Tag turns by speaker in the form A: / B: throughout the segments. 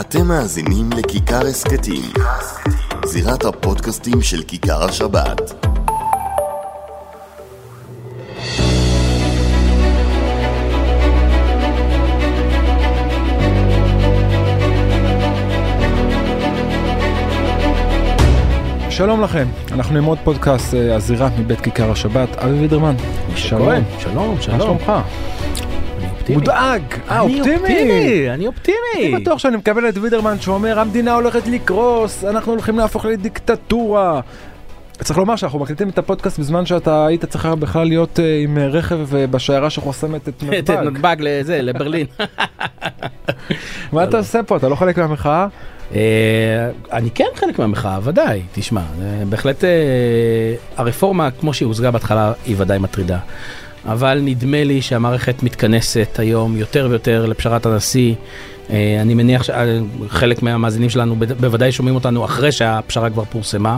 A: אתם מאזינים לכיכר הסכתים, זירת הפודקאסטים של כיכר השבת.
B: שלום לכם, אנחנו עם עוד פודקאסט אה, הזירה מבית כיכר השבת, אבי וידרמן. שלום,
C: שלום,
B: מה
C: שלום.
B: שלומך?
C: אני אופטימי.
B: מודאג, אה
C: אני
B: אופטימי.
C: אופטימי. אני
B: אני
C: אופטימי.
B: בטוח שאני מקבל את וידרמן שאומר המדינה הולכת לקרוס, אנחנו הולכים להפוך לדיקטטורה. צריך לומר שאנחנו מקליטים את הפודקאסט בזמן שאתה היית צריך בכלל להיות אה, עם אה, רכב אה, בשיירה שחוסמת את
C: את את
B: נתב"ג.
C: נתב"ג אה, לזה, לברלין.
B: מה אתה עושה פה? אתה לא חלק מהמחאה?
C: אה, אני כן חלק מהמחאה, ודאי. תשמע, אה, בהחלט אה, הרפורמה, כמו שהיא הושגה בהתחלה, היא ודאי מטרידה. אבל נדמה לי שהמערכת מתכנסת היום יותר ויותר לפשרת הנשיא. אה, אני מניח שחלק מהמאזינים שלנו בד- בוודאי שומעים אותנו אחרי שהפשרה כבר פורסמה.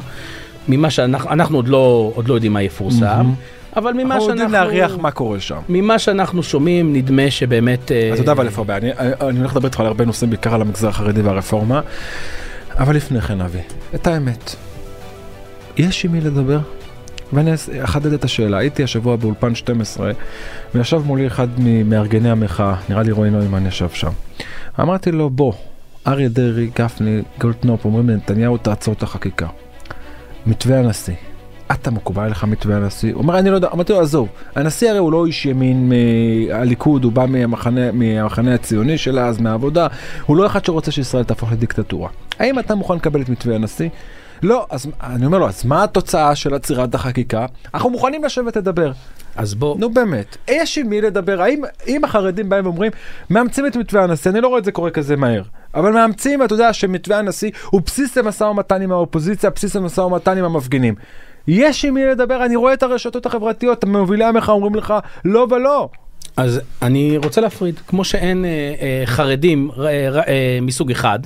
C: ממה שאנחנו אנחנו עוד לא, עוד לא יודעים מה יפורסם, אבל ממה
B: אנחנו
C: שאנחנו...
B: יודעים להריח מה קורה שם.
C: ממה שאנחנו שומעים נדמה שבאמת... אה,
B: אתה יודע אבל איפה הבעיה, אני- אני הולך לדבר איתך על הרבה נושאים, בעיקר על המגזר החרדי והרפורמה, אבל לפני כן אבי, את האמת, יש עם מי לדבר? ואני אס- אחדד את השאלה, הייתי השבוע באולפן 12, וישב מולי אחד ממארגני המחאה, נראה לי רועי נוימן ישב שם. אמרתי לו, בוא, אריה דרעי, גפני, גולדקנופ, אומרים לנתניהו, תעצור את החקיקה. מתווה הנשיא. אתה מקובל עליך מתווה הנשיא? הוא אומר, אני לא יודע, אמרתי לו, עזוב, הנשיא הרי הוא לא איש ימין מהליכוד, הוא בא מהמחנה, מהמחנה הציוני שלה, אז מהעבודה, הוא לא אחד שרוצה שישראל תהפוך לדיקטטורה. האם אתה מוכן לקבל את מתווה הנשיא? לא, אז אני אומר לו, אז מה התוצאה של עצירת החקיקה? אנחנו מוכנים לשבת לדבר.
C: אז בוא,
B: נו באמת, יש עם מי לדבר. האם אם החרדים באים ואומרים, מאמצים את מתווה הנשיא, אני לא רואה את זה קורה כזה מהר. אבל מאמצים, אתה יודע שמתווה הנשיא הוא בסיס למשא ומתן עם האופוזיציה, בסיס למשא ומתן עם המפגינים. יש עם מי לדבר, אני רואה את הרשתות החברתיות, מובילי המחאה אומרים לך לא ולא.
C: אז אני רוצה להפריד, כמו שאין אה, אה, חרדים אה, ר- אה, מסוג אחד,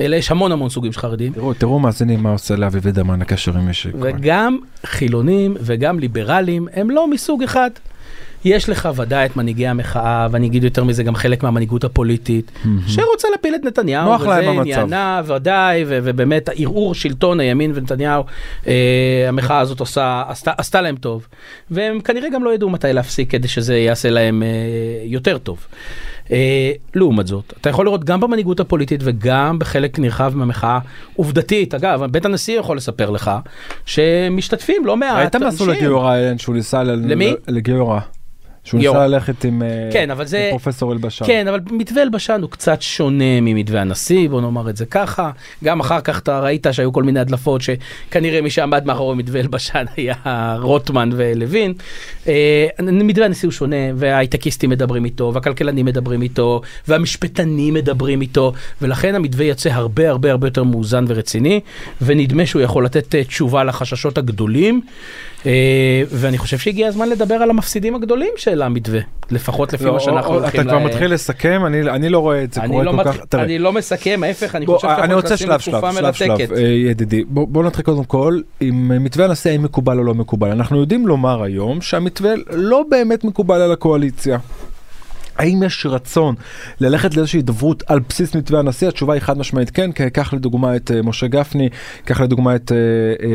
C: אלא יש המון המון סוגים של חרדים,
B: תראו, תראו מאזינים מה עושה לאבי ודמן הקשר עם מישהו.
C: וגם חילונים וגם ליברלים הם לא מסוג אחד. יש לך ודאי את מנהיגי המחאה, ואני אגיד יותר מזה, גם חלק מהמנהיגות הפוליטית, שרוצה להפיל את נתניהו,
B: נוח להם המצב.
C: עניינה ודאי, ו- ובאמת ערעור שלטון הימין ונתניהו, אה, המחאה הזאת עושה, עשתה, עשתה להם טוב, והם כנראה גם לא ידעו מתי להפסיק כדי שזה יעשה להם אה, יותר טוב. אה, לעומת זאת, אתה יכול לראות גם במנהיגות הפוליטית וגם בחלק נרחב מהמחאה, עובדתית, אגב, בית הנשיא יכול לספר לך, שמשתתפים לא מעט
B: ראית מה עשו לגיורא אלן שהוא ניסה ל...
C: למי?
B: לגיורא. שהוא
C: גיורא.
B: ניסה ללכת עם אה,
C: כן, אבל זה-
B: עם פרופסור אלבשן.
C: כן, אבל מתווה אלבשן הוא קצת שונה ממתווה הנשיא, בוא נאמר את זה ככה. גם אחר כך אתה ראית שהיו כל מיני הדלפות שכנראה מי שעמד מאחורי מתווה אלבשן היה רוטמן ולוין. אה, מתווה הנשיא הוא שונה, וההייטקיסטים מדברים איתו, והכלכלנים מדברים איתו, והמשפטנים מדברים איתו, ולכן המתווה יוצא הרבה הרבה הרבה יותר מאוזן ורציני, ונדמה שהוא יכול לתת אה, תשובה לחששות הגדולים. אה, ואני חושב שהגיע הזמן לדבר על המפסידים הגדולים של המתווה, לפחות לפי
B: לא,
C: מה שאנחנו
B: או- או-
C: הולכים...
B: אתה כבר
C: ל-
B: מתחיל לסכם, אני אני לא רואה את זה
C: אני
B: קורה
C: לא
B: כל כך,
C: מתחיל-
B: תראה.
C: אני לא מסכם, ההפך, אני
B: בוא,
C: חושב שאנחנו
B: אני רוצה
C: נכנסים
B: שלב שלב,
C: לתקופה
B: שלב
C: מרתקת.
B: שלב, אה, ידידי. בוא בוא נתחיל קודם כל עם אה, מתווה הנשיא, האם מקובל או לא מקובל. אנחנו יודעים לומר היום שהמתווה לא באמת מקובל על הקואליציה. האם יש רצון ללכת לאיזושהי הידברות על בסיס מתווה הנשיא? התשובה היא חד משמעית כן, כי קח לדוגמה את אה, משה גפני, קח לדוגמה את אה,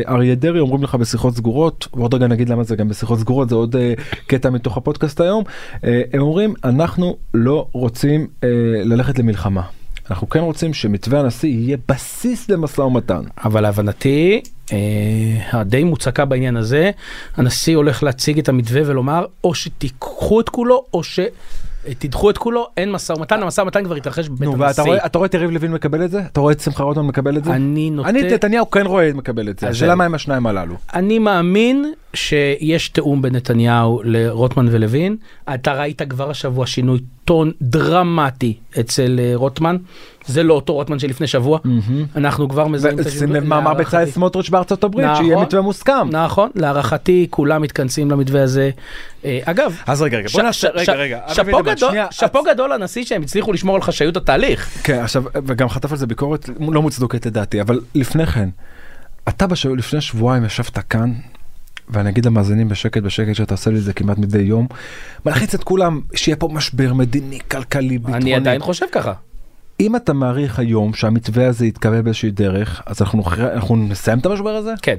B: אה, אריה דרעי, אומרים לך בשיחות סגורות, ועוד רגע נגיד למה זה גם בשיחות סגורות, זה עוד אה, קטע מתוך הפודקאסט היום, אה, הם אומרים, אנחנו לא רוצים אה, ללכת למלחמה. אנחנו כן רוצים שמתווה הנשיא יהיה בסיס למשא ומתן.
C: אבל להבנתי, אה, הדי מוצקה בעניין הזה, הנשיא הולך להציג את המתווה ולומר, או שתיקחו את כולו, או שתדחו את כולו, אין משא ומתן, המשא ומתן כבר התרחש בבית
B: נו, ואתה
C: הנשיא.
B: רואה, אתה רואה את יריב לוין מקבל את זה? אתה רואה את שמחה רוטמן מקבל את זה?
C: אני נוטה...
B: אני את נתניהו כן רואה מקבל את זה,
C: אז
B: השאלה
C: זהו.
B: מה עם השניים הללו.
C: אני מאמין שיש תיאום בין נתניהו לרוטמן ולוין. אתה ראית כבר השבוע שינוי טון דרמטי אצל אה, רוטמן. זה לא אותו רוטמן שלפני שבוע. אנחנו כבר
B: אה,
C: מזהים את
B: ושים לב מה אמר
C: להערכתי.
B: בצלאל סמוטריץ' בארצות הברית, שיהיה
C: נכון.
B: מתווה מוסכם.
C: נכון, להערכתי כולם מתכנסים למתווה הזה. אה, אגב,
B: אז רגע, רגע, בוא
C: ש-
B: נעשה,
C: ש- ש-
B: רגע, רגע, אבי
C: שאפו
B: וידמן,
C: גדול-
B: שנייה,
C: שאפו גדול לנשיא שהם הצליחו לשמור על חשאיות התהליך.
B: כן, עכשיו, וגם חטף על זה ביקורת לא מוצדקת לדעתי, אבל לפני כן, אתה בשב... לפני שבועיים ישבת כאן, ואני אגיד למאזינים בשקט בשקט שאתה עושה לי את זה כמעט מדי יום, מלחיץ את כולם שיהיה פה משבר מדיני, כלכלי, ביטחוני.
C: אני עדיין חושב ככה.
B: אם אתה מעריך היום שהמתווה הזה יתקבל באיזושהי דרך, אז אנחנו, אחרי- אנחנו נסיים את המשבר הזה?
C: כן.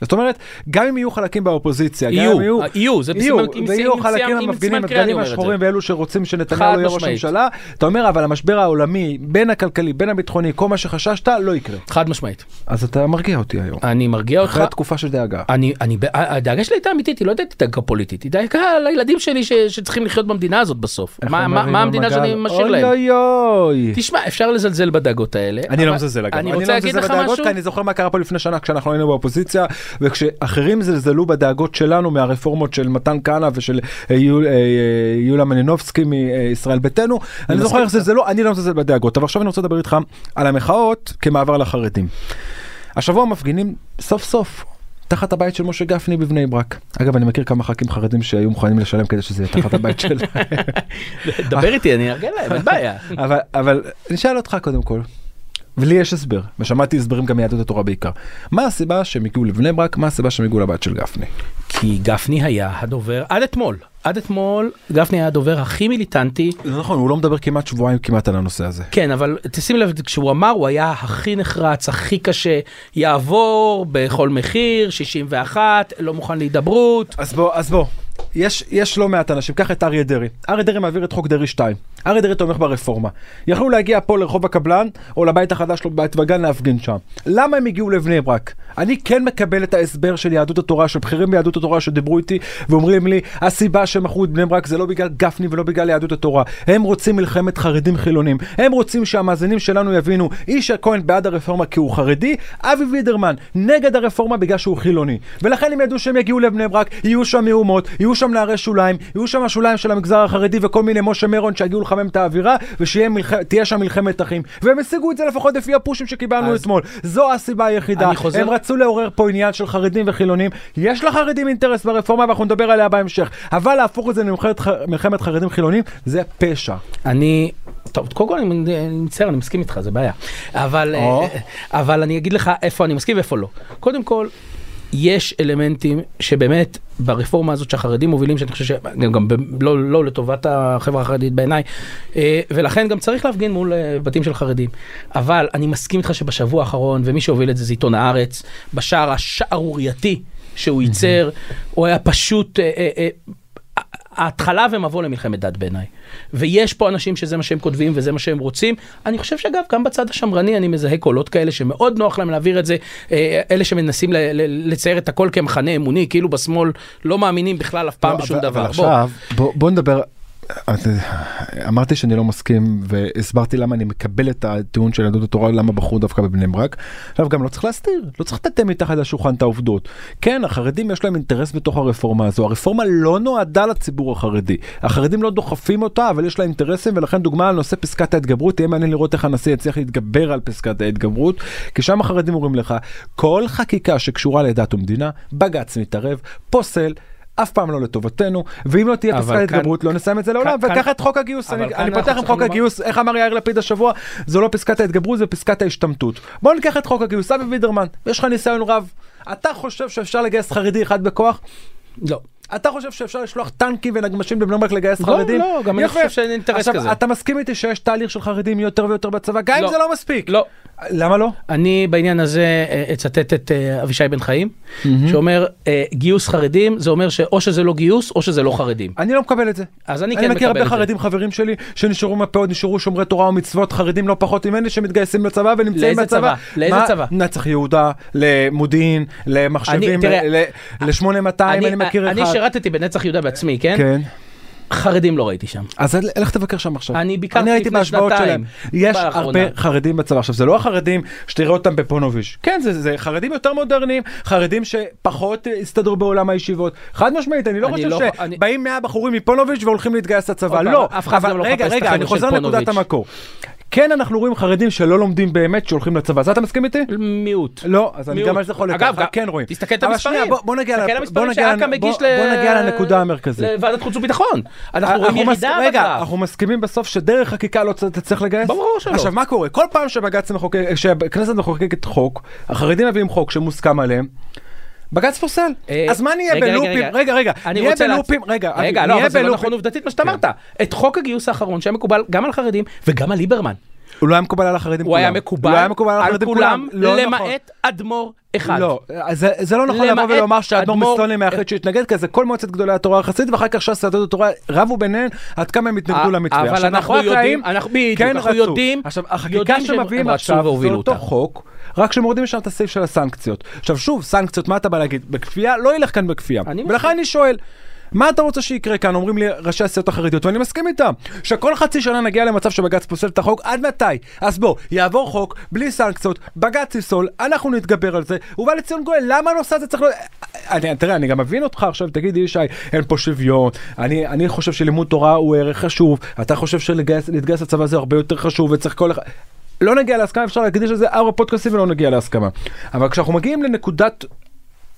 B: זאת אומרת, גם אם יהיו חלקים באופוזיציה, גם
C: יהיו, אה,
B: אם יהיו...
C: יהיו, זה
B: יהיו,
C: בסימן- עם-
B: ויהיו
C: עם-
B: חלקים
C: עם- עם
B: המפגינים,
C: סימן קריאה אני
B: הבגדים
C: אומר את זה.
B: השחורים ואלו שרוצים שנתניהו
C: חד
B: יהיה ראש
C: משמעית.
B: הממשלה. אתה אומר, אבל המשבר העולמי, בין הכלכלי, בין הביטחוני, כל מה שחששת, לא יקרה.
C: חד משמעית.
B: אז אתה מרגיע אותי היום.
C: אני מרגיע אותך.
B: אחרי תקופה של דאגה.
C: אני, אני, בע- הדאגה שלי הייתה אמיתית, היא לא הייתה דאגה פוליטית, היא דאגה לילדים שלי ש, שצריכים לחיות במדינה הזאת בסוף.
B: איך
C: מה, מה,
B: אומרים
C: מה המדינה
B: במגל?
C: שאני משאיר להם?
B: אוי אוי אוי.
C: תשמע, אפשר לזלזל בדאגות האלה.
B: אני לא
C: אבל
B: מזלזל אגב,
C: אני
B: לא
C: רוצה להגיד
B: מזלזל
C: לך
B: בדאגות,
C: משהו.
B: כי אני זוכר מה קרה פה לפני שנה כשאנחנו היינו באופוזיציה וכשאחרים זלזלו בדאגות שלנו מהרפורמות של מתן כהנא ושל אה, יול- אה, אה, יוליה מלינובסקי מישראל ביתנו, אני זוכר
C: מסכים
B: איך זלזלו, אני לא מזלזל בדאגות, אבל עכשיו אני רוצה לדבר איתך על המחאות כמעבר לחרדים. השבוע מפגינים סוף סוף. תחת הבית של משה גפני בבני ברק. אגב, אני מכיר כמה ח"כים חרדים שהיו מוכנים לשלם כדי שזה יהיה תחת הבית שלהם.
C: דבר איתי, אני ארגן להם, אין בעיה.
B: אבל אבל נשאל אותך קודם כל. ולי יש הסבר, ושמעתי הסברים גם מיהדות התורה בעיקר. מה הסיבה שהם הגיעו לבני ברק? מה הסיבה שהם הגיעו לבת של גפני?
C: כי גפני היה הדובר, עד אתמול, עד אתמול גפני היה הדובר הכי מיליטנטי.
B: זה נכון, הוא לא מדבר כמעט שבועיים כמעט על הנושא הזה.
C: כן, אבל תשים לב, כשהוא אמר, הוא היה הכי נחרץ, הכי קשה, יעבור בכל מחיר, 61, לא מוכן להידברות.
B: אז בוא, אז בוא. יש, יש לא מעט אנשים, קח את אריה דרעי. אריה דרעי מעביר את חוק דרעי 2. אריה דרעי תומך ברפורמה. יכלו להגיע פה לרחוב הקבלן, או לבית החדש שלו בבית וגן להפגין שם. למה הם הגיעו לבני ברק? אני כן מקבל את ההסבר של יהדות התורה, של בכירים ביהדות התורה שדיברו איתי, ואומרים לי, הסיבה שהם מכרו את בני ברק זה לא בגלל גפני ולא בגלל יהדות התורה. הם רוצים מלחמת חרדים חילונים. הם רוצים שהמאזינים שלנו יבינו, ישי כהן בעד הרפורמה כי הוא חרדי, אבי וידרמן נגד הרפורמה בגלל שהוא חילוני. ולכן הם ידעו שהם יגיעו לבני ברק, יהיו שם מהומות, יהיו שם נערי שוליים, יהיו שם השוליים של המגזר החרדי וכל מיני משה מירון שיגיעו לחמם את האווירה, ושתהיה מלח... תהיה שם מלחמת אחים. והם השיגו את זה לפחות לפי הפושים שקיבלנו
C: אז-
B: אתמול. זו הסיבה היחידה.
C: אני חוזר-
B: הם רצו לעורר פה עניין של חרדים וחילונים. יש לחרדים אינטרס ברפורמה ואנחנו נדבר עליה בהמשך. אבל להפוך את זה למלחמת ח... מלחמת חרדים חילונים זה פשע.
C: אני, טוב, קודם כל אני אני מצטער, אני מסכים איתך, זה בעיה. אבל,
B: או.
C: אה, אבל אני אגיד לך איפה אני מסכים ואיפה לא. קודם כל, יש אלמנטים שבאמת ברפורמה הזאת שהחרדים מובילים, שאני חושב שגם גם ב- לא, לא לטובת החברה החרדית בעיניי, אה, ולכן גם צריך להפגין מול אה, בתים של חרדים. אבל אני מסכים איתך שבשבוע האחרון, ומי שהוביל את זה זה עיתון הארץ, בשער השערורייתי שהוא ייצר, הוא היה פשוט... אה, אה, אה, ההתחלה ומבוא למלחמת דת בעיניי. ויש פה אנשים שזה מה שהם כותבים וזה מה שהם רוצים. אני חושב שאגב, גם בצד השמרני אני מזהה קולות כאלה שמאוד נוח להם להעביר את זה. אה, אלה שמנסים ל- ל- לצייר את הכל כמחנה אמוני, כאילו בשמאל לא מאמינים בכלל אף פעם
B: לא,
C: בשום
B: אבל-
C: דבר.
B: אבל
C: בוא.
B: עכשיו, בוא- בוא נדבר, את- אמרתי שאני לא מסכים והסברתי למה אני מקבל את הטיעון של יהדות התורה, למה בחרו דווקא בבני ברק. עכשיו גם לא צריך להסתיר, לא צריך לטאטא מתחת לשולחן את העובדות. כן, החרדים יש להם אינטרס בתוך הרפורמה הזו, הרפורמה לא נועדה לציבור החרדי. החרדים לא דוחפים אותה, אבל יש לה אינטרסים, ולכן דוגמה על נושא פסקת ההתגברות, תהיה מעניין לראות איך הנשיא יצליח להתגבר על פסקת ההתגברות, כי שם החרדים אומרים לך, כל חקיקה שקשורה לדת ומדינה, בג"ץ מתערב, פוסל. אף פעם לא לטובתנו, ואם לא תהיה
C: אבל
B: פסקת
C: כאן-
B: התגברות לא נסיים את זה לעולם,
C: כאן-
B: וככה את חוק הגיוס,
C: אבל
B: אני
C: כאן
B: אני
C: אנחנו
B: פותח עם חוק
C: צריכים
B: הגיוס, איך אמר יאיר לפיד השבוע, זו לא פסקת ההתגברות, זו פסקת ההשתמטות. בואו ניקח את חוק הגיוס, אבי וידרמן, יש לך ניסיון רב, אתה חושב שאפשר לגייס חרדי אחד בכוח?
C: לא.
B: אתה חושב שאפשר לשלוח טנקים ונגמשים לבני ברק לגייס
C: לא,
B: חרדים?
C: לא, גם אני
B: יפה.
C: חושב שאין אינטרס
B: עכשיו,
C: כזה.
B: אתה מסכים איתי שיש תהליך של חרדים יותר ויותר בצבא, גם אם
C: לא.
B: זה לא מספיק.
C: לא.
B: למה לא?
C: אני בעניין הזה אה, אצטט את אה, אבישי בן חיים, שאומר אה, גיוס חרדים זה אומר שאו שזה לא גיוס או שזה לא חרדים.
B: אני לא מקבל את זה.
C: אז אני
B: אני
C: כן
B: מכיר
C: מקבל
B: הרבה
C: את זה.
B: חרדים חברים שלי שנשארו מפאות, נשארו שומרי תורה ומצוות, חרדים לא פחות ממני שמתגייסים לצבא ונמצאים
C: לאיזה
B: בצבא.
C: צבא? לאיזה
B: מה?
C: צבא?
B: נצח יהודה, למודיעין, למחשבים,
C: אני- תראה,
B: ל-8200, אה, אני מכיר
C: אני
B: אחד.
C: שירתתי בנצח יהודה בעצמי, כן?
B: כן.
C: חרדים לא ראיתי שם.
B: אז אל- לך תבקר שם עכשיו.
C: אני ביקרתי
B: אני הייתי
C: לפני
B: בהשבעות שלהם.
C: שנתיים, לא
B: יש
C: באחרונה.
B: הרבה חרדים בצבא. עכשיו, זה לא החרדים שתראה אותם בפונוביץ'. כן, זה, זה חרדים יותר מודרניים, חרדים שפחות אה, הסתדרו בעולם הישיבות. חד משמעית, אני לא
C: אני
B: חושב
C: לא- אני-
B: שבאים 100 בחורים מפונוביץ' והולכים להתגייס לצבא.
C: עוד פעם,
B: לא.
C: אף אחד
B: אבל-
C: גם לא
B: רגע,
C: מחפש את
B: רגע,
C: החבר'ה
B: אני
C: של
B: חוזר לנקודת
C: פונוביץ'.
B: המקור. כן, אנחנו רואים חרדים שלא לומדים באמת שהולכים לצבא. זה אתה מסכים איתי?
C: מיעוט.
B: לא, אז אני
C: מיעוט.
B: גם על זה חולק,
C: אגב,
B: אבל
C: גם-
B: כן רואים.
C: תסתכל את
B: אבל
C: המספרים.
B: שנייה, בוא- בוא נגיע
C: תסתכל
B: לפ-
C: על המספרים
B: בוא נגיע
C: שאכ"א
B: לנ-
C: מגיש
B: בוא-
C: ל-
B: בוא נגיע לנקודה המרכזית.
C: אה, לוועדת חוץ וביטחון. אנחנו רואים
B: מס-
C: ירידה
B: רגע,
C: בגרף.
B: אה, אנחנו מסכימים בסוף שדרך חקיקה לא צ- תצטרך לגייס?
C: ברור שלא.
B: עכשיו מה קורה? כל פעם שבג"ץ מחוקק, שהכנסת מחוקקת חוק, החרדים מביאים חוק שמוסכם עליהם. בג"ץ פוסל,
C: אה,
B: אז מה נהיה
C: רגע, רגע,
B: בלופים,
C: רגע.
B: רגע רגע,
C: אני
B: נהיה
C: רוצה
B: בלופים,
C: להצ-
B: רגע, אבי,
C: רגע, לא,
B: נהיה
C: אבל זה לא
B: בלופים-
C: נכון עובדתית מה שאתה אמרת. את חוק הגיוס האחרון שהיה מקובל גם על חרדים וגם על ליברמן.
B: הוא לא היה מקובל על החרדים כולם.
C: הוא היה
B: הוא לא היה
C: מקובל
B: מקובל על
C: על
B: החרדים
C: כולם,
B: כולם. לא נכון.
C: למעט אדמו"ר אחד.
B: לא, אז זה- זה לא נכון לבוא
C: למעט
B: ולומר שהאדמו"ר
C: אדמו"ר-
B: מסטונלי מהיחיד שהתנגד, כי זה כל מועצת גדולי התורה החסידית, ואחר כך ש"ס ויהדות התורה רבו ביניהם עד כמה הם התנגדו
C: א-
B: למתווה.
C: אבל
B: עכשיו,
C: אנחנו
B: מאחורי
C: יודעים-
B: הקלעים
C: אנחנו- בדיוק,
B: כן
C: אנחנו
B: רצו.
C: יודעים-
B: עכשיו, החקיקה
C: יודעים שהם-
B: שמביאים
C: הם
B: עכשיו
C: רצו
B: זה
C: והובילו
B: אותו
C: אותה.
B: חוק, רק שמורידים שם את הסעיף של הסנקציות. עכשיו שוב, סנקציות, מה אתה בא להגיד? בכפייה? לא ילך כאן בכפייה.
C: אני
B: ולכן
C: מסכים.
B: אני שואל, מה אתה רוצה שיקרה כאן? אומרים לי ראשי הסיעות החרדיות, ואני מסכים איתם, שכל חצי שנה נגיע למצב שבג"ץ פוסל את החוק, עד מתי? אז בוא, יעבור חוק, בלי סנקציות, בג"ץ יפסול, אנחנו נתגבר על זה, ובא לציון גואל, למה הנושא הזה צריך להיות... אני, תראה, אני גם מבין אותך עכשיו, תגיד ישי, אין פה שוויון, אני, אני חושב שלימוד תורה הוא ערך חשוב, אתה חושב שלהתגייס להתגייס לצבא זה הרבה יותר חשוב, וצריך כל אחד... לא נגיע להסכמה, אפשר להקדיש לזה ארבע פודקאסטים ולא נגיע להסכמה. אבל כשאנחנו מגיעים לנקודת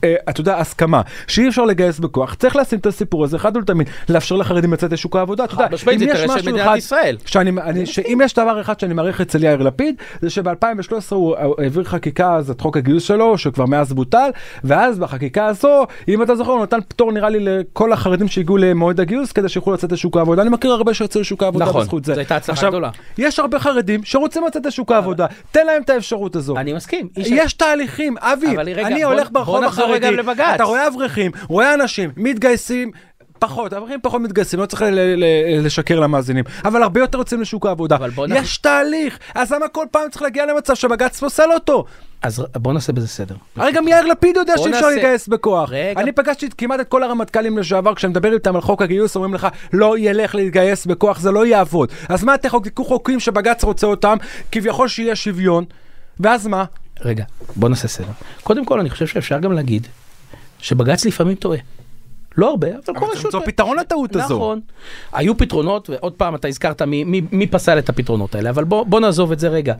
B: אה, אתה יודע, הסכמה, שאי אפשר לגייס בכוח, צריך לשים את הסיפור הזה חד ולתמיד, לאפשר לחרדים לצאת לשוק העבודה, אתה יודע,
C: משמעית,
B: אם
C: זה
B: יש
C: אינטרס של
B: משהו
C: מדינת
B: אחד
C: ישראל.
B: שאני, אני, שאם יש דבר אחד שאני מעריך אצל יאיר לפיד, זה שב-2013 הוא העביר חקיקה אז את חוק הגיוס שלו, שכבר מאז בוטל, ואז בחקיקה הזו, אם אתה זוכר, הוא נתן פטור נראה לי לכל החרדים שהגיעו למועד הגיוס, כדי שיוכלו לצאת לשוק העבודה, אני מכיר הרבה שיצאו לשוק העבודה
C: נכון,
B: בזכות זה.
C: זו הייתה הצלחה
B: עכשיו,
C: גדולה.
B: יש הרבה חרדים שרוצים לצאת לשוק העבודה, תן להם את האפשרות הזו.
C: אני מסכים. איש-
B: יש תהליכים, אבי,
C: אבל רגע,
B: אני
C: בוא-
B: הולך
C: בוא
B: ברחוב
C: נחזור רגע
B: החרדי,
C: לבג"ץ.
B: אתה רואה אברכים, רואה אנשים, מתגייסים. פחות, אברכים פחות מתגייסים, לא צריך ל- ל- ל- לשקר למאזינים, אבל הרבה יותר יוצאים לשוק העבודה.
C: אבל בוא נח-
B: יש תהליך, אז למה כל פעם צריך להגיע למצב שבג"ץ פוסל אותו?
C: אז בוא נעשה בזה סדר.
B: הרי גם יאיר לפיד יודע
C: בוא
B: שאי אפשר
C: נעשה-
B: להתגייס בכוח.
C: רגע.
B: אני פגשתי כמעט את כל הרמטכ"לים לשעבר, כשאני מדבר איתם על חוק הגיוס, אומרים לך, לא ילך להתגייס בכוח, זה לא יעבוד. אז מה תחוקקו חוקים שבג"ץ רוצה אותם, כביכול שיהיה שוויון, ואז מה?
C: רגע, בוא נעשה סדר. קודם כל, אני חושב שאפשר גם להגיד שבג"ץ לפעמים טועה. לא הרבה, אבל כל
B: אבל צריך
C: רשות...
B: למצוא פתרון לטעות הזו.
C: נכון. היו פתרונות, ועוד פעם, אתה הזכרת מי, מי, מי פסל את הפתרונות האלה, אבל בוא, בוא נעזוב את זה רגע.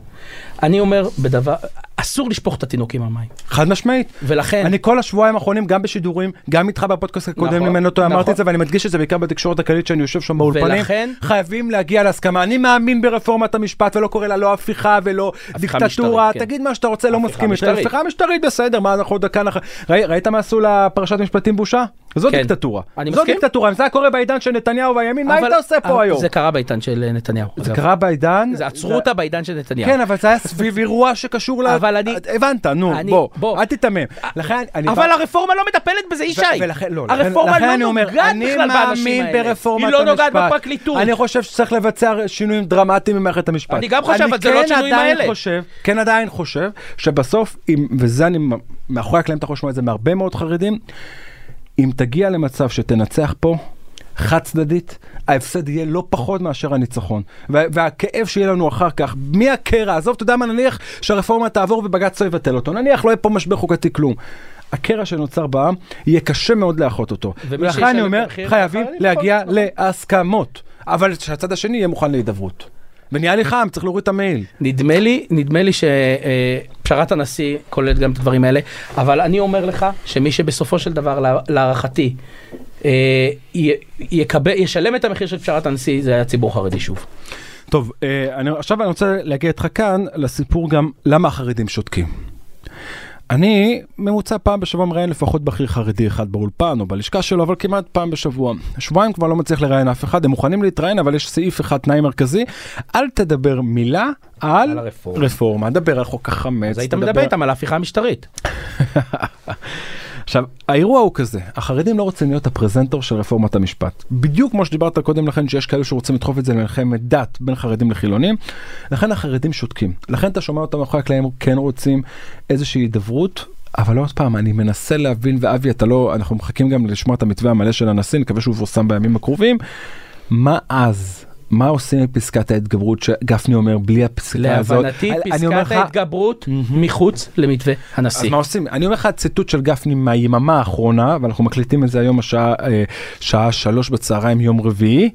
C: אני אומר בדבר, אסור לשפוך את התינוק עם המים.
B: חד משמעית.
C: ולכן,
B: אני כל השבועיים האחרונים, גם בשידורים, גם איתך בפודקאסט הקודם,
C: נכון,
B: אם אני לא טועה, אמרתי
C: נכון.
B: את זה, ואני מדגיש את זה בעיקר בתקשורת הכללית שאני יושב שם באולפנים.
C: ולכן-
B: חייבים להגיע להסכמה. אני מאמין ברפורמת המשפט, ולא קורא לה לא הפיכה ולא דיקטטורה.
C: משטרית, כן.
B: תגיד מה שאתה רוצה, לא
C: הפיכה
B: מסכים איתך.
C: משטרית.
B: הפיכה משטרית בסדר, מה אנחנו עוד דקה נח... ראי- ראית מה עשו לפרשת משפטים בושה? זו
C: כן.
B: דיקטטורה.
C: אני
B: זו
C: מסכים.
B: דיקטטורה. אם זה היה קורה בעידן של נתניהו והימין, מה
C: אבל-
B: היית עושה
C: אבל
B: פה היום?
C: זה קרה בעידן של אה, נתניהו.
B: זה
C: אגב.
B: קרה בעידן...
C: זה עצרו אותה בעידן של נתניהו.
B: כן, אבל זה היה סביב אירוע שקשור ל...
C: אבל אני-
B: הבנת, נו,
C: אני-
B: בוא,
C: בוא.
B: אל תיתמם. לכן, אני...
C: אבל הרפורמה לא מטפלת בזה, ישי.
B: ו- ולכן, לא, לכן-
C: הרפורמה
B: לכן
C: לא
B: אני אומר,
C: נוגעת בכלל
B: אני
C: באנשים
B: מאמין
C: האלה.
B: ברפורמת
C: היא
B: המשפט.
C: לא נוגעת בפרקליטות.
B: אני חושב שצריך לבצע שינויים דרמטיים במערכת המשפט.
C: אני גם חושב, אבל זה לא השינויים
B: אני כן
C: האלה.
B: עדיין חושב, כן עדיין חושב, שבסוף, אם- וזה אני, מ- מאחורי הקלעים אתה יכול לשמוע את זה מהרבה מאוד חרדים, אם תגיע למצב שתנצח פה, חד צדדית, ההפסד יהיה לא פחות מאשר הניצחון. וה- והכאב שיהיה לנו אחר כך, מהקרע, עזוב, אתה יודע מה, נניח שהרפורמה תעבור ובג"ץ לא יבטל אותו, נניח לא יהיה פה משבר חוקתי כלום. הקרע שנוצר בעם, יהיה קשה מאוד לאחות אותו.
C: ומי
B: ולכן
C: שישלם
B: אני
C: את
B: אומר,
C: המחיר,
B: חייבים
C: החרדים,
B: להגיע
C: נכון,
B: להסכמות. אבל שהצד השני יהיה מוכן להידברות. ונהיה לי חם, צריך להוריד את המעיל.
C: נדמה לי, נדמה לי שפשרת הנשיא כוללת גם את הדברים האלה, אבל אני אומר לך שמי שבסופו של דבר, לה- להערכתי, אה, י- יקבל, ישלם את המחיר של פשרת הנשיא, זה היה ציבור חרדי שוב.
B: טוב, אה, אני, עכשיו אני רוצה להגיע איתך כאן לסיפור גם למה החרדים שותקים. אני ממוצע פעם בשבוע מראיין לפחות בכיר חרדי אחד באולפן או בלשכה שלו, אבל כמעט פעם בשבוע. שבועיים כבר לא מצליח לראיין אף אחד, הם מוכנים להתראיין, אבל יש סעיף אחד, תנאי מרכזי, אל תדבר מילה על,
C: על הרפורמה.
B: רפורמה, דבר על חוק החמץ.
C: אז היית
B: תדבר-
C: מדבר איתם על ההפיכה המשטרית.
B: עכשיו, האירוע הוא כזה, החרדים לא רוצים להיות הפרזנטור של רפורמת המשפט. בדיוק כמו שדיברת קודם לכן, שיש כאלו שרוצים לדחוף את זה למלחמת דת בין חרדים לחילונים, לכן החרדים שותקים. לכן אתה שומע אותם מאחורי הקלעים, כן רוצים איזושהי הידברות. אבל עוד פעם, אני מנסה להבין, ואבי, אתה לא, אנחנו מחכים גם לשמוע את המתווה המלא של הנשיא, נקווה שהוא יפורסם בימים הקרובים. מה אז? מה עושים עם פסקת ההתגברות שגפני אומר בלי הפסקה הזאת?
C: להבנתי,
B: אני- אני
C: פסקת
B: אומר לך-
C: ההתגברות מחוץ למתווה
B: אז
C: הנשיא.
B: מה עושים? אני אומר לך ציטוט של גפני מהיממה האחרונה, ואנחנו מקליטים את זה היום השעה, אה, שעה שלוש בצהריים יום רביעי.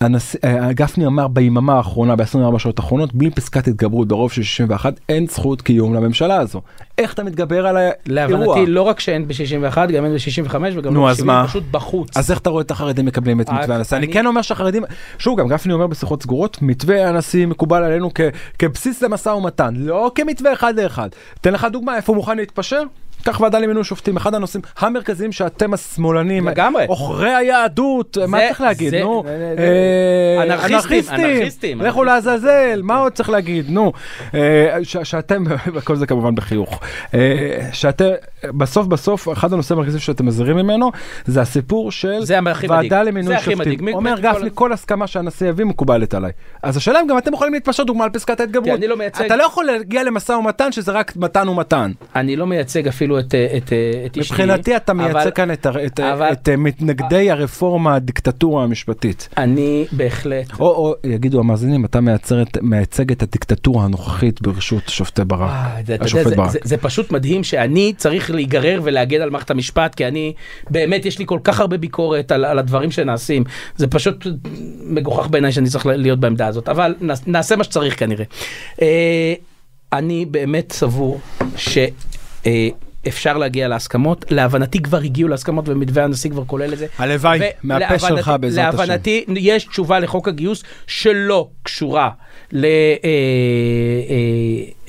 B: הנשיא, אה, גפני אמר ביממה האחרונה, ב-24 שעות האחרונות, בלי פסקת התגברות ברוב של 61, אין זכות קיום לממשלה הזו. איך אתה מתגבר על האירוע?
C: להבנתי, לא רק שאין ב-61, גם אין ב-65 וגם
B: נו,
C: לא
B: אז מה?
C: ב-70, פשוט בחוץ.
B: אז איך אתה רואה את החרדים מקבלים את
C: אה,
B: מתווה הנשיא? אני
C: אני-
B: כן אומר שהחרדים, שוב, גם גפני אומר בשיחות סגורות, מתווה הנשיא מקובל עלינו כ- כבסיס למשא ומתן, לא כמתווה אחד לאחד. אתן לך דוגמה איפה הוא מוכן להתפשר? קח ועדה למינוי שופטים, אחד הנושאים המרכזיים שאתם השמאלנים,
C: לגמרי.
B: עוכרי היהדות, מה
C: זה-
B: צריך להגיד,
C: זה-
B: נו?
C: זה-
B: אה,
C: אנרכיסטים, אנרכיסטים,
B: לכו לעזאזל, מה עוד צריך להגיד, נו? אה, ש- שאתם, וכל זה כמובן בחיוך, אה, שאתם, בסוף בסוף, אחד הנושאים המרכזיים שאתם מזהירים ממנו, זה הסיפור של
C: זה הכי מדאיג.
B: ועדה
C: זה
B: למינוי
C: הכי מדאיג.
B: שופטים.
C: מי-
B: אומר
C: מי- כל-
B: גפני, כל הסכמה שהנשיא יביא מקובלת עליי. אז השאלה אם גם אתם יכולים להתפשר, דוגמה, על פסקת ההתגברות.
C: אני לא מייצג-
B: אתה לא יכול להגיע למשא ומתן שזה רק מתן ומתן.
C: אני לא מייצג אפילו את אה, את, אה, את אשתי.
B: מבחינתי אתה
C: אבל
B: מייצג כאן את הר- את-
C: אבל-
B: את אה, מתנגדי הרפורמה הדיקטטורה המשפטית.
C: אני בהחלט,
B: או, או יגידו המאזינים, אתה מייצר את- מייצג את הדיקטטורה הנוכחית ברשות שופטי ברק.
C: אה, זה- אתה יודע,
B: השופט
C: זה-
B: ברק.
C: זה- זה פשוט מדהים שאני צריך להיגרר ולהגן על מערכת המשפט, כי אני, באמת יש לי כל כך הרבה ביקורת על על הדברים שנעשים. זה פשוט מגוחך בעיניי שאני צריך להיות בעמדה הזאת, אבל נעש- נעשה מה שצריך כנראה. אה, אני באמת סבור ש... אה, אפשר להגיע להסכמות, להבנתי כבר הגיעו להסכמות ומתווה הנשיא כבר כולל את זה.
B: הלוואי,
C: ו-
B: מהפה
C: להבנתי-
B: שלך בעזרת השם.
C: להבנתי יש תשובה לחוק הגיוס שלא קשורה לפסקת אה,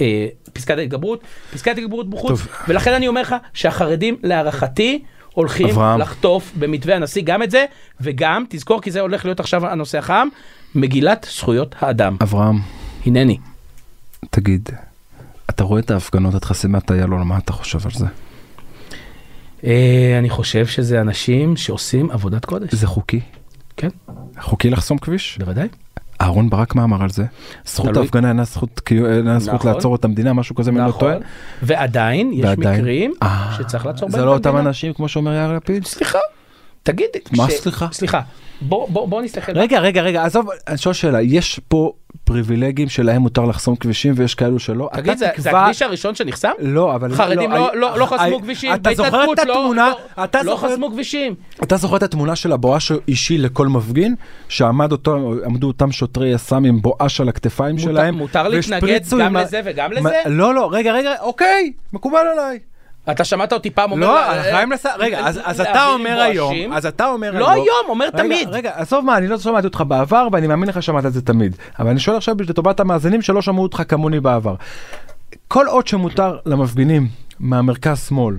C: אה, פסקת ההתגברות, פסקת ההתגברות בחוץ,
B: טוב.
C: ולכן אני אומר לך שהחרדים להערכתי הולכים
B: אברהם.
C: לחטוף במתווה הנשיא גם את זה, וגם, תזכור כי זה הולך להיות עכשיו הנושא החם, מגילת זכויות האדם.
B: אברהם,
C: הנני.
B: תגיד, אתה רואה את ההפגנות, את חסימת איילון, מה אתה חושב על זה?
C: אה, אני חושב שזה אנשים שעושים עבודת קודש.
B: זה חוקי?
C: כן,
B: חוקי לחסום כביש?
C: בוודאי.
B: אהרון ברק מה אמר על זה? זכות
C: תלוי.
B: ההפגנה אינה זכות קיו- אה, אינה זכות
C: נכון.
B: לעצור את המדינה, משהו כזה, אם אני לא טועה?
C: ועדיין יש
B: ועדיין.
C: מקרים
B: אה,
C: שצריך לעצור
B: זה
C: בהם את
B: לא אותם
C: המדינה.
B: אנשים כמו שאומר יאיר לפיד?
C: סליחה, תגיד.
B: מה
C: ש-
B: סליחה?
C: סליחה, בוא, בוא, בוא נסתכל.
B: רגע, רגע, רגע, עזוב, אני שואל שאלה, יש פה פריבילגים שלהם מותר לחסום כבישים ויש כאלו שלא?
C: תגיד,
B: אתה
C: זה, זה
B: תקבע-
C: הכביש הראשון שנחסם?
B: לא, אבל...
C: חרדים לא, לא, לא חסמו
B: I-
C: כבישים,
B: אתה זוכר את
C: בהתנתקות לא-
B: התמונה,
C: לא,
B: אתה
C: לא
B: זוכר-
C: חסמו כבישים.
B: אתה זוכר את התמונה של הבואש אישי לכל מפגין? שעמד אותו, עמדו אותם שוטרי יס"מ עם בואש על הכתפיים
C: מותר-
B: שלהם?
C: מותר להתנגד
B: והשפריצו
C: גם
B: עם ה-
C: לזה וגם
B: מה-
C: לזה?
B: לא, לא, רגע, רגע, אוקיי, מקובל עליי.
C: אתה שמעת אותי פעם אומר...
B: לא,
C: לה- אה,
B: אנחנו חייבים לס... רגע, אז- אז אתה
C: להבדיל
B: אומר
C: מבואשים.
B: היום, אז אתה אומר
C: לא היום, אומר
B: רגע,
C: תמיד.
B: רגע, עזוב מה, אני לא שמעתי אותך בעבר, ואני מאמין לך שמעת את זה תמיד. אבל אני שואל עכשיו בשביל לטובת המאזינים שלא שמעו אותך כמוני בעבר. כל עוד שמותר למפגינים מהמרכז-שמאל,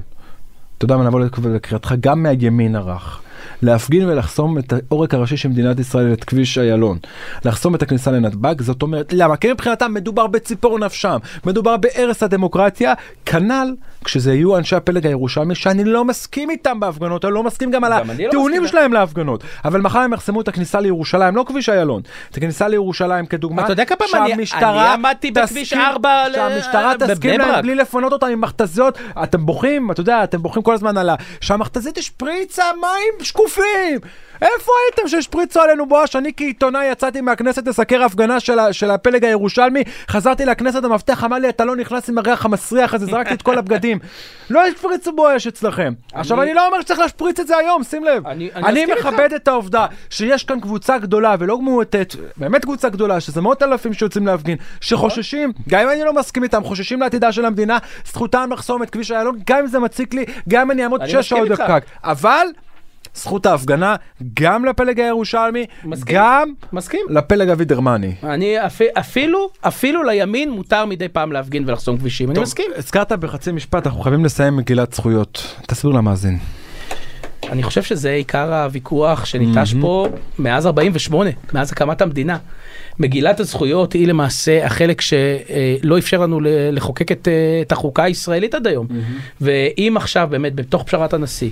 B: אתה יודע מה, נבוא לק- לקריאתך, גם מהימין הרך. להפגין ולחסום את העורק הראשי של מדינת ישראל, את כביש איילון. לחסום את הכניסה לנתב"ג, זאת אומרת, למה? כי מבחינתם מדובר בציפור נפשם, מדובר בהרס הדמוקרטיה, כנ"ל כשזה יהיו אנשי הפלג הירושלמי, שאני לא מסכים איתם בהפגנות, אני לא מסכים גם על
C: גם אני לא
B: הטיעונים
C: מסכים.
B: שלהם להפגנות. אבל מחר הם יחסמו את הכניסה לירושלים, לא כביש איילון, את הכניסה לירושלים כדוגמה.
C: אתה יודע כמה פעמים אני-
B: שהמשטרה
C: אני עמדתי בכביש
B: תסכים-
C: ארבע ל-
B: שהמשטרה
C: בבני
B: תסכים להם
C: ברק.
B: בלי לפנות אותם עם מכתזיות, אתם בוכים, אתה יודע, אתם בוכים כל הזמן על ה... שהמכתזית השפריצה מים שקופים! איפה הייתם שהשפריצו עלינו בואש? אני כעיתונאי יצאתי מהכנסת לסקר הפגנה של, ה... של הפלג הירושלמי, חזרתי לכנסת, המפתח אמר לי, אתה לא נכנס עם הריח המסריח הזה, זרקתי את כל הבגדים. לא השפריצו בואש אצלכם. עכשיו,
C: אני-
B: אני לא אומר שצריך להשפריץ את זה היום, שים לב.
C: אני- אני
B: אני
C: מסכים איתך.
B: מכבד את העובדה שיש כאן קבוצה גדולה ולא מועטת, באמת קבוצה גדולה, שזה מאות אלפים שיוצאים להפגין, שחוששים, גם אם אני לא מסכים איתם, חוששים לעתידה של המדינה, זכותם לחסום את כביש איילון, גם אם זה מציק לי, גם אם אני אעמוד
C: אני
B: שש
C: מסכים
B: שעות
C: איתך.
B: בפקק. אבל זכות ההפגנה גם לפלג הירושלמי,
C: מסכים.
B: גם
C: מסכים.
B: לפלג הווידרמני.
C: אני אפ... אפילו, אפילו לימין מותר מדי פעם להפגין ולחסום כבישים, אני מסכים.
B: הזכרת בחצי משפט, אנחנו חייבים לסיים מגילת זכויות. תסביר למאזין.
C: אני חושב שזה עיקר הוויכוח שניטש פה מאז 48, מאז הקמת המדינה. מגילת הזכויות היא למעשה החלק שלא אפשר לנו ל- לחוקק את, אה, את החוקה הישראלית עד היום. ואם עכשיו באמת, בתוך פשרת הנשיא,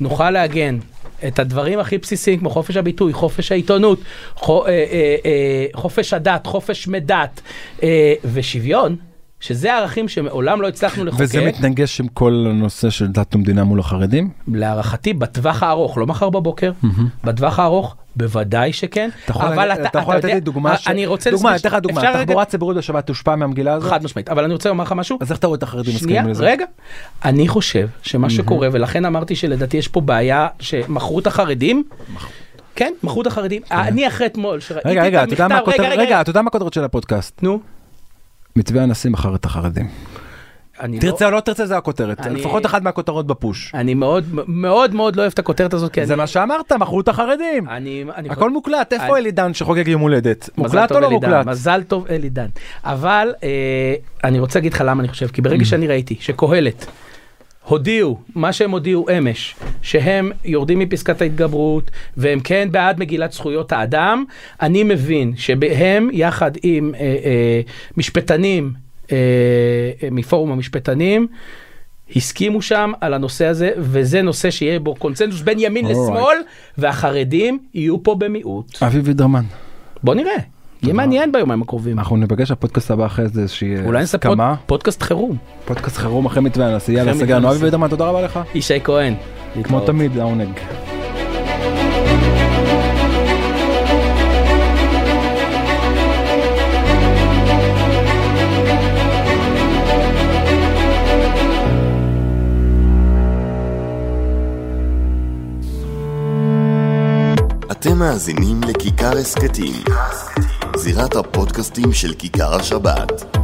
C: נוכל לעגן את הדברים הכי בסיסיים כמו חופש הביטוי, חופש העיתונות, חו, אה, אה, אה, חופש הדת, חופש מדת אה, ושוויון, שזה הערכים שמעולם לא הצלחנו לחוקק.
B: וזה מתנגש עם כל הנושא של דת ומדינה מול החרדים?
C: להערכתי בטווח הארוך, לא מחר בבוקר, בטווח הארוך בוודאי שכן,
B: אתה יכול,
C: אבל
B: אתה, אתה יכול לתת
C: יודע- אה,
B: לי דוגמה, ש...
C: אני רוצה,
B: דוגמה, אני
C: לספר-
B: אתן לך דוגמה,
C: אפשר
B: תחבורה ציבורית בשבת תושפע מהמגילה
C: רגע,
B: הזאת?
C: חד משמעית, אבל אני רוצה לומר לך משהו,
B: אז איך אתה רואה את החרדים
C: שנייה,
B: מסכימים לזה?
C: רגע, אני חושב שמה שקורה, ולכן אמרתי שלדעתי יש פה בעיה שמכרו את החרדים, כן, מכרו את החרדים, אני אחרי אתמול, שראיתי
B: רגע, רגע,
C: את
B: אתה יודע
C: המכתב,
B: מה הכותרת- רגע, אתה יודע מה הכותרת של הפודקאסט?
C: נו,
B: מתווה הנשיא מכר את החרדים.
C: אני לא-
B: תרצה או לא תרצה זה הכותרת,
C: אני-
B: לפחות אחת מהכותרות בפוש.
C: אני מאוד מאוד מאוד לא אוהב את הכותרת הזאת, כי
B: זה
C: אני-
B: מה שאמרת, מכרו את החרדים.
C: אני, אני,
B: הכל מוקלט, איפה
C: אני-
B: אלידן שחוגג יום הולדת?
C: מזל
B: מוקלט
C: טוב
B: או לא
C: אלי דן,
B: מוקלט?
C: מזל טוב אלי דן.
B: Mm.
C: אבל אה, אני רוצה להגיד לך למה אני חושב, כי ברגע שאני ראיתי שקהלת הודיעו, מה שהם הודיעו אמש, שהם יורדים מפסקת ההתגברות והם כן בעד מגילת זכויות האדם, אני מבין שהם יחד עם אה, אה, משפטנים אה, אה, מפורום המשפטנים, הסכימו שם על הנושא הזה, וזה נושא שיהיה בו קונצנזוס בין ימין
B: Alright.
C: לשמאל, והחרדים יהיו פה במיעוט.
B: אביב וידרמן,
C: בוא נראה, יהיה מעניין ביומיים הקרובים.
B: אנחנו ניפגש בפודקאסט הבא אחרי זה איזושהי
C: אולי נעשה פוד-
B: הסכמה.
C: פודקאסט חירום.
B: פודקאסט חירום אחרי מתווה הנשיא, יאללה
C: אחרי
B: סגרנו.
C: מתווה
B: אביב וידרמן, תודה רבה לך.
C: ישי כהן.
B: כמו
C: להתראות.
B: תמיד, לעונג.
A: אתם מאזינים לכיכר הסכתים, זירת הפודקאסטים של כיכר השבת.